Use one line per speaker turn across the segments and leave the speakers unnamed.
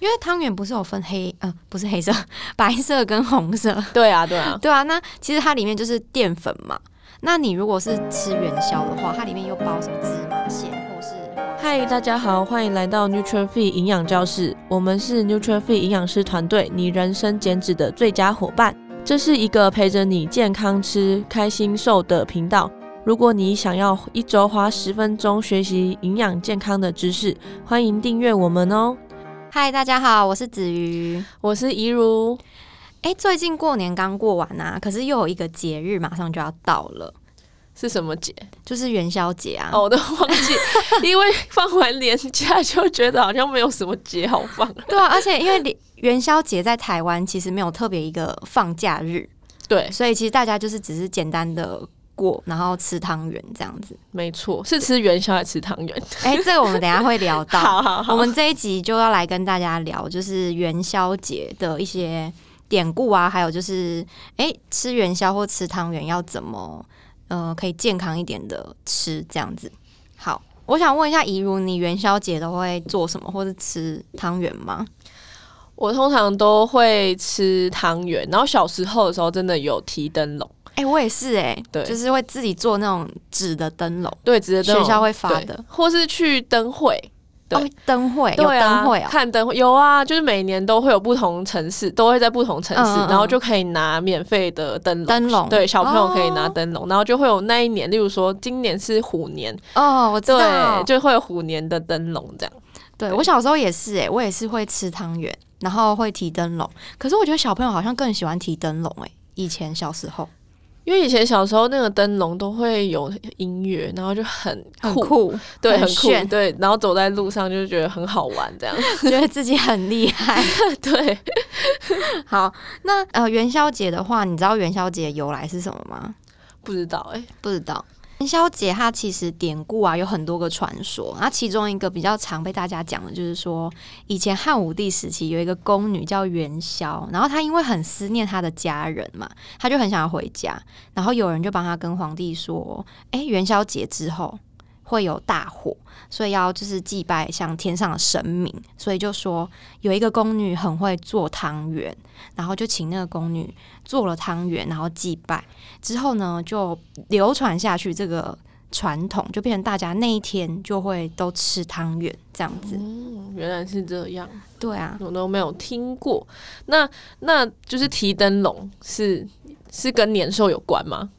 因为汤圆不是有分黑呃不是黑色 白色跟红色，
对啊，对啊，
对啊，那其实它里面就是淀粉嘛。那你如果是吃元宵的话，它里面又包什么芝麻馅或是花生
嗨，大家好，欢迎来到 Nutrify 营养教室，我们是 Nutrify 营养师团队，你人生减脂的最佳伙伴。这是一个陪着你健康吃、开心瘦的频道。如果你想要一周花十分钟学习营养健康的知识，欢迎订阅我们哦。
嗨，大家好，我是子瑜。
我是怡如，
哎、最近过年刚过完啊，可是又有一个节日马上就要到了，
是什么节？
就是元宵节啊。
哦，我都忘 记，因为放完年假就觉得好像没有什么节好放。
对啊，而且因为连 元宵节在台湾其实没有特别一个放假日，
对，
所以其实大家就是只是简单的过，然后吃汤圆这样子。
没错，是吃元宵还是吃汤圆？
哎、这个我们等一下会聊 到。
好好好，
我们这一集就要来跟大家聊，就是元宵节的一些典故啊，还有就是，哎、吃元宵或吃汤圆要怎么，呃，可以健康一点的吃这样子。好，我想问一下怡如，你元宵节都会做什么，或是吃汤圆吗？
我通常都会吃汤圆，然后小时候的时候真的有提灯笼，
哎、我也是哎、
对
就是会自己做那种纸的灯笼，
对，直接
学
灯笼
校会发
对
的，
或是去灯会，对
哦，灯会、有
对啊
灯会哦、
看灯会有啊，就是每年都会有不同城市，都会在不同城市，
嗯嗯嗯
然后就可以拿免费的灯笼。
灯笼
对，小朋友可以拿
哦
灯笼，然后就会有那一年，例如说今年是虎年，
哦，我知道
对，，就会有虎年的灯笼这样。
对
对
我小时候也是、欸，我也是会吃汤圆，然后会提灯笼。可是我觉得小朋友好像更喜欢提灯笼，哎，以前小时候
因为以前小时候那个灯笼都会有音乐，然后就很酷，
很酷，
对，
很
很酷，
炫
对，然后走在路上就觉得很好玩这样。
觉得自己很厉害。
对，
好，那呃元宵节的话，你知道元宵节由来是什么吗？
不知道哎、
不知道。元宵节它其实典故啊有很多个传说，那其中一个比较常被大家讲的就是说，以前汉武帝时期有一个宫女叫元宵，然后她因为很思念她的家人嘛，她就很想要回家，然后有人就帮她跟皇帝说，哎、元宵节之后会有大火，所以要就是祭拜像天上的神明，所以就说有一个宫女很会做汤圆，然后就请那个宫女做了汤圆，然后祭拜之后呢，就流传下去这个传统，就变成大家那一天就会都吃汤圆这样子。
嗯原来是这样，
对啊，
我都没有听过。那那就是提灯笼是是跟年兽有关吗？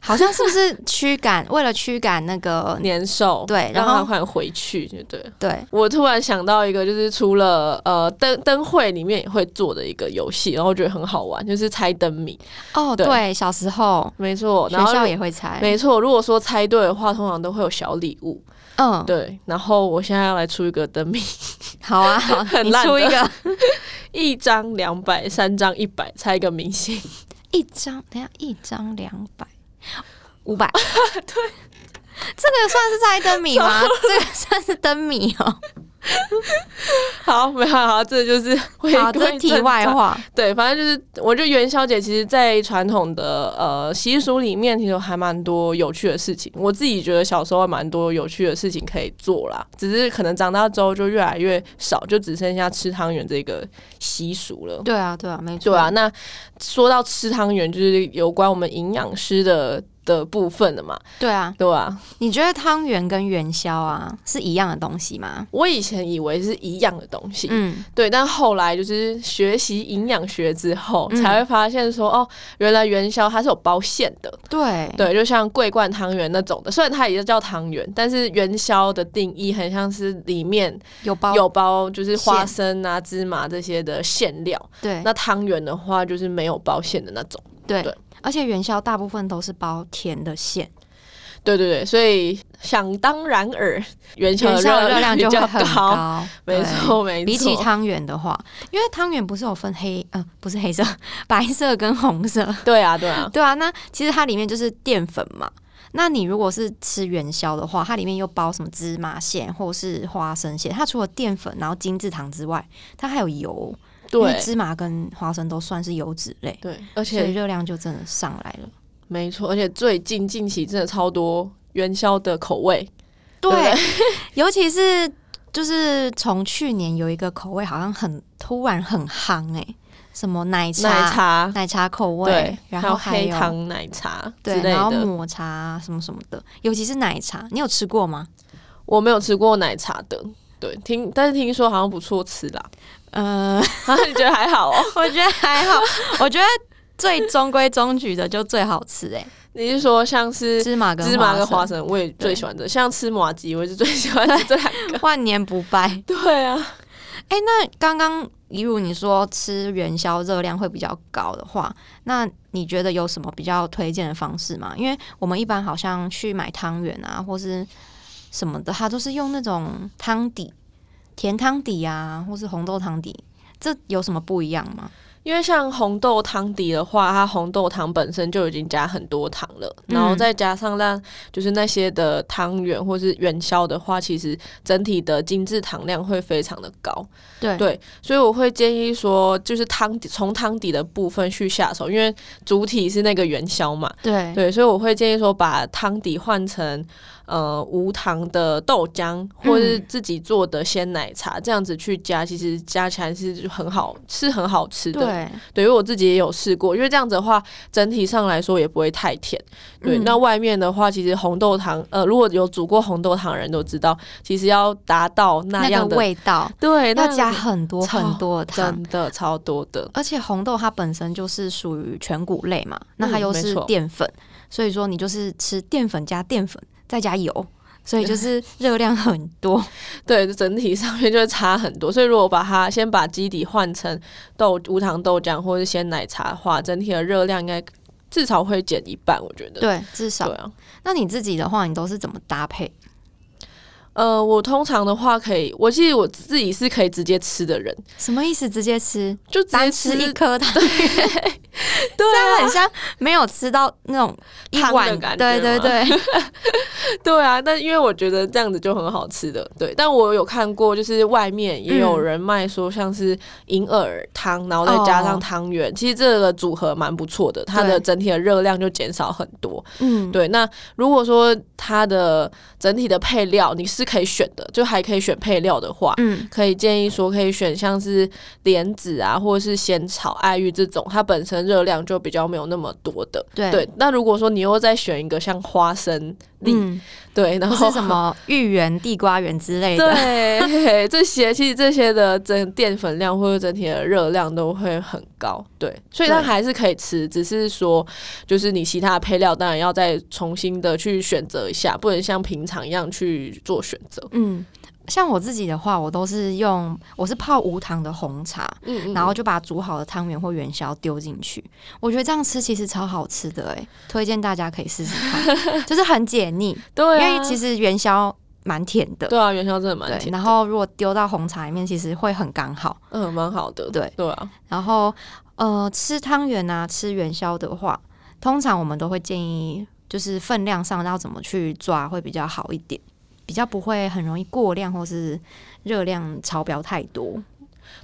好像是不是驱赶？为了驱赶那个
年兽
对然
让
后
它快回去，就对了。
对
我突然想到一个，就是除了呃灯灯会里面也会做的一个游戏，然后我觉得很好玩，就是猜灯谜。
哦，
对
对，小时候
没错，
学
哦然后
校也会猜，
没错，如果说猜对的话，通常都会有小礼物。
嗯，
对，然后我现在要来出一个灯谜，
好 啊，好，你
烂
出
的
一 个
一张两百，三张一百，猜一个明星。
一张，等一下一张两百。五 百，对，这个算是猜灯谜 吗？这个算是灯谜哦。
好，没有好，这就是 会
好，这是题外。
会正常
话。
对，反正就是，我觉得元宵节其实，在传统的呃习俗里面，其实有还蛮多有趣的事情。我自己觉得小时候还蛮多有趣的事情可以做啦，只是可能长大之后就越来越少，就只剩下吃汤圆这个习俗了。
对啊，对啊，没错。
对啊，那说到吃汤圆，就是有关我们营养师的的部分的嘛，
对啊。
对啊，
你觉得汤圆跟元宵啊是一样的东西吗？
我以前以为是一样的东西，
嗯，
对，但后来就是学习营养学之后，
嗯
才会发现说，哦，原来元宵它是有包馅的，
对，
对，就像桂冠汤圆那种的，虽然它也叫汤圆，但是元宵的定义很像是里面
有包
有包就是花
馅
生啊、芝麻这些的馅料，
对
那汤圆的话就是没有包馅的那种。
对
对
而且元宵大部分都是包甜的馅，
对对对，所以想当然尔，元宵
元
的
宵的热量
量比
就
较
会很高，
没
对。
错没错。
比起汤圆的话，因为汤圆不是有分黑，呃，不是黑色、 白色跟红色，
对啊对啊，
对啊。那其实它里面就是淀粉嘛。那你如果是吃元宵的话，它里面又包什么芝麻馅或是花生馅？它除了淀粉，然后精制糖之外，它还有油，因为
对
芝麻跟花生都算是油脂类。
对，而
所以
且
热量就真的上来了。
没错，而且最近近期真的超多元宵的口味，对
对，尤其是就是从去年有一个口味好像很突然很夯哎、什么奶茶
奶茶，
奶茶口味
对，，
然
还有
后还
黑
有
糖奶茶之
对，
类
然后
的。
抹茶什么什么的，尤其是奶茶，你有吃过吗？
我没有吃过奶茶的，对，听但是听说好像不错吃啦。
呃，
啊，你觉得还好哦？
我觉得还好，我觉得最中规中矩的就最好吃哎、
你是说像是
芝麻跟
芝麻跟花
生，
生，我也最喜欢的，像吃麻吉，我也是最喜欢的这两 个。
万年不败。
对啊，
哎、那刚刚一如你说吃元宵热量会比较高的话，那你觉得有什么比较推荐的方式吗？因为我们一般好像去买汤圆啊，或是什么的，它都是用那种汤底，甜汤底啊，或是红豆汤底，这有什么不一样吗？
因为像红豆汤底的话，它红豆汤本身就已经加很多糖了，
嗯
然后再加上让就是那些的汤圆或是元宵的话，其实整体的精致糖量会非常的高。
对
对所以我会建议说，就是汤底从汤底的部分去下手，因为主体是那个元宵嘛。
对
对，所以我会建议说，把汤底换成呃无糖的豆浆，或
嗯
是自己做的鲜奶茶，这样子去加，其实加起来是很好，是很好吃的。
对
对，因为我自己也有试过，因为这样子的话，整体上来说也不会太甜。对，
嗯
那外面的话，其实红豆汤，呃，如果有煮过红豆汤的人都知道，其实要达到那
那
样
个
的，
味道
对，那
要
样
加
子
很多
超
很多的糖，
真的超多的。
而且红豆它本身就是属于全谷类嘛，那它又
没
是
错
淀粉，所以说你就是吃淀粉加淀粉再加 油，所以就是热量很多。
对，整体上面就会差很多。所以如果把它先把基底换成豆无糖豆浆或者是鲜奶茶的话，整体的热量应该至少会减一半，我觉得。
对，至
对
少。
啊，
那你自己的话，你都是怎么搭配？
呃，我通常的话可以，我记得我自己是可以直接吃的人，
什么意思？直接吃，
就直接
单
吃
吃一颗 啊糖，
对
它很像没有吃到那种一
汤的
碗
感觉
对对
吗
对，
对啊，但因为我觉得这样子就很好吃的，对。但我有看过，就是外面也有人卖说像是银耳汤，然后再加上汤圆，其实这个组合蛮不错的，它的
对
整体的热量就减少很多。
嗯，
对，那如果说它的整体的配料你是可以选的，就还可以选配料的话。
嗯，
可以建议说，可以选像是莲子啊，或者是仙草、爱玉这种，它本身热量就比较没有那么多的。
对
对，那如果说你又再选一个像花生粒，
嗯，
对，然
或
后
是什 么芋圆、地瓜圆之类的，
对，这些其实这些的整淀粉量或者整体的热量都会很高，对，所以它
对
还是可以吃，只是说就是你其他的配料当然要再重新的去选择一下，不能像平常一样去做选择。
嗯。像我自己的话，我都是用我是泡无糖的红茶，
嗯嗯
然后就把煮好的汤圆或元宵丢进去。我觉得这样吃其实超好吃的哎、推荐大家可以试试 看，就是很解腻，
对、啊，
因为其实元宵蛮甜的。
对啊，元宵真的蛮
对，
甜的，
然后如果丢到红茶里面，其实会很刚好。
嗯蛮好的，
对
对啊，
然后，呃，吃汤圆啊，吃元宵的话，通常我们都会建议，就是分量上要怎么去抓会比较好一点，比较不会很容易过量或是热量超标太多。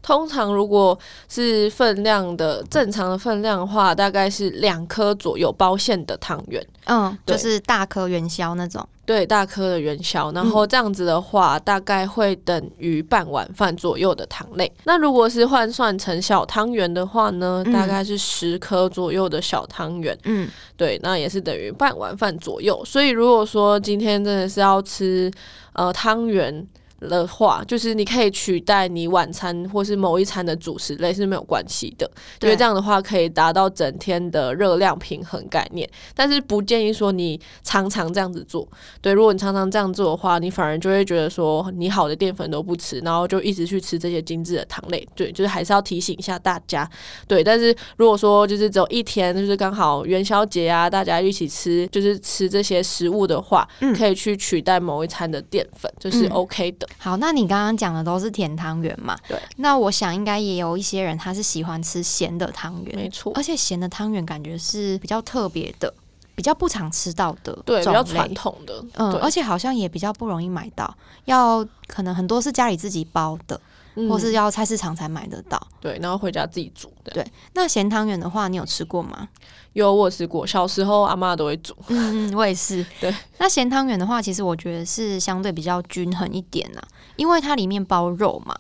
通常如果是分量的正常的分量的话，大概是两颗左右包馅的汤圆。
嗯，
对
就是大颗元宵那种。
对，大颗的元宵，然
嗯
后这样子的话，大概会等于半碗饭左右的糖类。那如果是换算成小汤圆的话呢，
嗯
大概是十颗左右的小汤圆，
嗯，
对，那也是等于半碗饭左右。所以如果说今天真的是要吃呃汤圆。的话，就是你可以取代你晚餐或是某一餐的主食类是没有关系的，因为
对
这样的话可以达到整天的热量平衡概念。但是不建议说你常常这样子做，对，如果你常常这样做的话，你反而就会觉得说你好的淀粉都不吃，然后就一直去吃这些精致的糖类。对，就是还是要提醒一下大家。对，但是如果说就是只有一天，就是刚好元宵节啊，大家一起吃，就是吃这些食物的话，
嗯
可以去取代某一餐的淀粉，这、是
嗯
OK 的。
好，那你刚刚讲的都是甜汤圆嘛？
对。
那我想应该也有一些人他是喜欢吃咸的汤圆，
没错，
而且咸的汤圆感觉是比较特别的，比较不常吃到的
对，比
种
较
类
传统的，
嗯，
对
而且好像也比较不容易买到，要可能很多是家里自己包的，
嗯
或是要菜市场才买得到。
对，然后回家自己煮的。
对那咸汤圆的话，你有吃过吗？
有我有吃过，小时候阿妈都会煮。
嗯嗯，我也是。
对，
那咸汤圆的话，其实我觉得是相对比较均衡一点啦、因为它里面包肉嘛。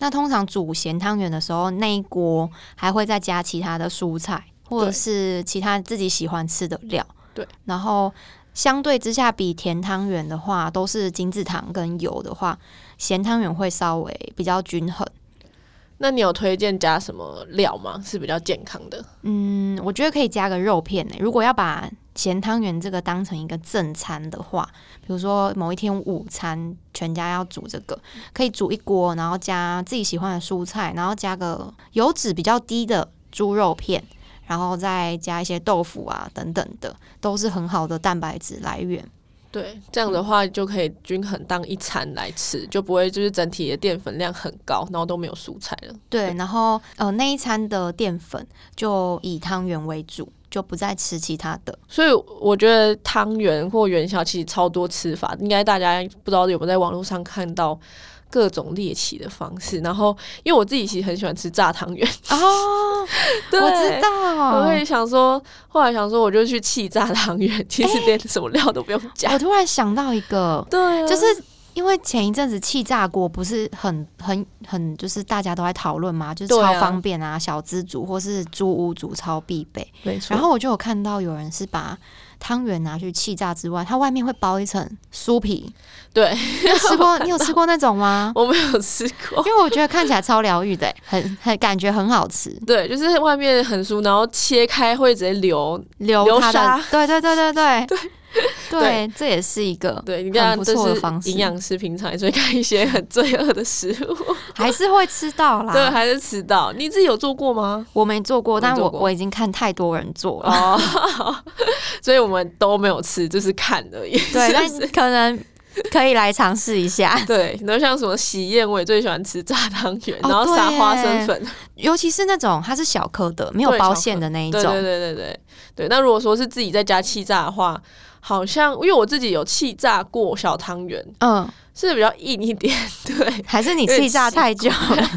那通常煮咸汤圆的时候，那一锅还会再加其他的蔬菜，或者
对
是其他自己喜欢吃的料。
对，
然后相对之下，比甜汤圆的话，都是精制糖跟油的话，咸汤圆会稍微比较均衡。
那你有推荐加什么料吗？是比较健康的？
嗯，我觉得可以加个肉片呢、如果要把咸汤圆这个当成一个正餐的话，比如说某一天午餐全家要煮这个，可以煮一锅，然后加自己喜欢的蔬菜，然后加个油脂比较低的猪肉片，然后再加一些豆腐啊等等的，都是很好的蛋白质来源。
对，这样的话就可以均衡当一餐来吃，就不会就是整体的淀粉量很高，然后都没有蔬菜了。
对，然后呃那一餐的淀粉就以汤圆为主，就不再吃其他的。
所以我觉得汤圆或元宵其实超多吃法，应该大家不知道有没有在网络上看到各种猎奇的方式。然后，因为我自己其实很喜欢吃炸汤圆，
哦，
对
我知。道，
我会想说，后来想说，我就去气炸汤圆，其实连什么料都不用加。
我突然想到一个，
对、啊
就是因为前一阵子气炸锅不是很很很，就是大家都在讨论嘛，就是
对啊
超方便啊，小资族或是租屋族超必备。
没错。
然后我就有看到有人是把汤圆拿去气炸之外，它外面会包一层酥皮。
对，
你有吃过？你有 吃过那种吗？
我没有吃过。
因为我觉得看起来超疗愈的、欸很很感觉很好吃，
对，就是外面很酥，然后切开会直接流。
流
流
它的
沙，
对对对对对对对，这也是一个
对，你
很
看，
不
这
错的
是
方式
营养师平常也是会看一些很罪恶的食物，
还是会吃到啦。
对，还是迟到。你自己有做过吗？
我没做过，
我没
但我
做过
我已经看太多人做了。
哦， 所以我们都没有吃，就是看而已。
对，
是不
但
是
可能可以来尝试一 下，
对，然后像什么喜宴，我也最喜欢吃炸汤圆，
哦
然后撒
对耶
花生粉。
尤其是那种它是小颗的，没有
对
包
小
馅的那一
对
种。
对对对对对。那如果说是自己在家气炸的话，好像因为我自己有气炸过小汤圆，
嗯，
是比较硬一点。 对
还是你
有点
气炸
奇
太久
怪
了。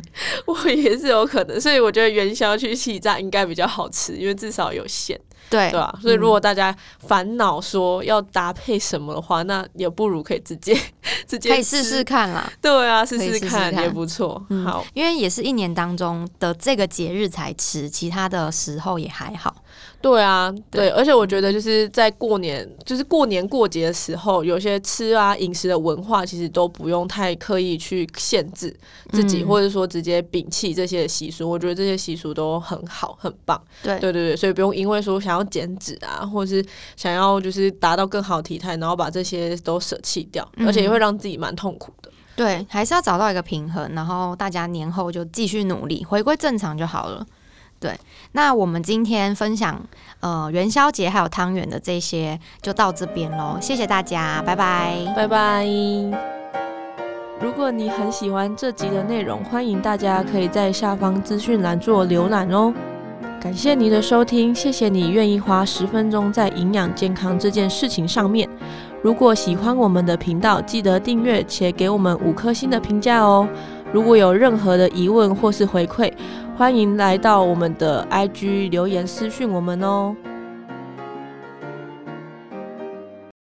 我也是有可能，所以我觉得元宵去气炸应该比较好吃，因为至少有馅，
对啊嗯
对啊吧、所以如果大家烦恼说要搭配什么的话，那也不如可以直接 直接
可以试
吃
试看啦，
对啊，试
可以试
试
试
看也
看
不错。
嗯
好，
因为也是一年当中的这个节日才吃，其他的时候也还好。
对啊，
对
对，
嗯
而且我觉得就是在过年，就是过年过节的时候，有些吃啊、饮食的文化，其实都不用太刻意去限制自己，
嗯
或者说直接摒弃这些习俗。我觉得这些习俗都很好，很棒。
对
对对对，所以不用因为说想要减脂啊，或是想要就是达到更好体态，然后把这些都舍弃掉，
嗯
而且也会让自己蛮痛苦的。
对，还是要找到一个平衡，然后大家年后就继续努力，回归正常就好了。对，那我们今天分享呃元宵节还有汤圆的这些就到这边喽，谢谢大家，拜拜。
拜拜。如果你很喜欢这集的内容，欢迎大家可以在下方资讯栏做浏览哦。感谢你的收听，谢谢你愿意花十分钟在营养健康这件事情上面。如果喜欢我们的频道，记得订阅且给我们五颗星的评价哦。如果有任何的疑问或是回馈，欢迎来到我们的 IG 留言私讯我们哦。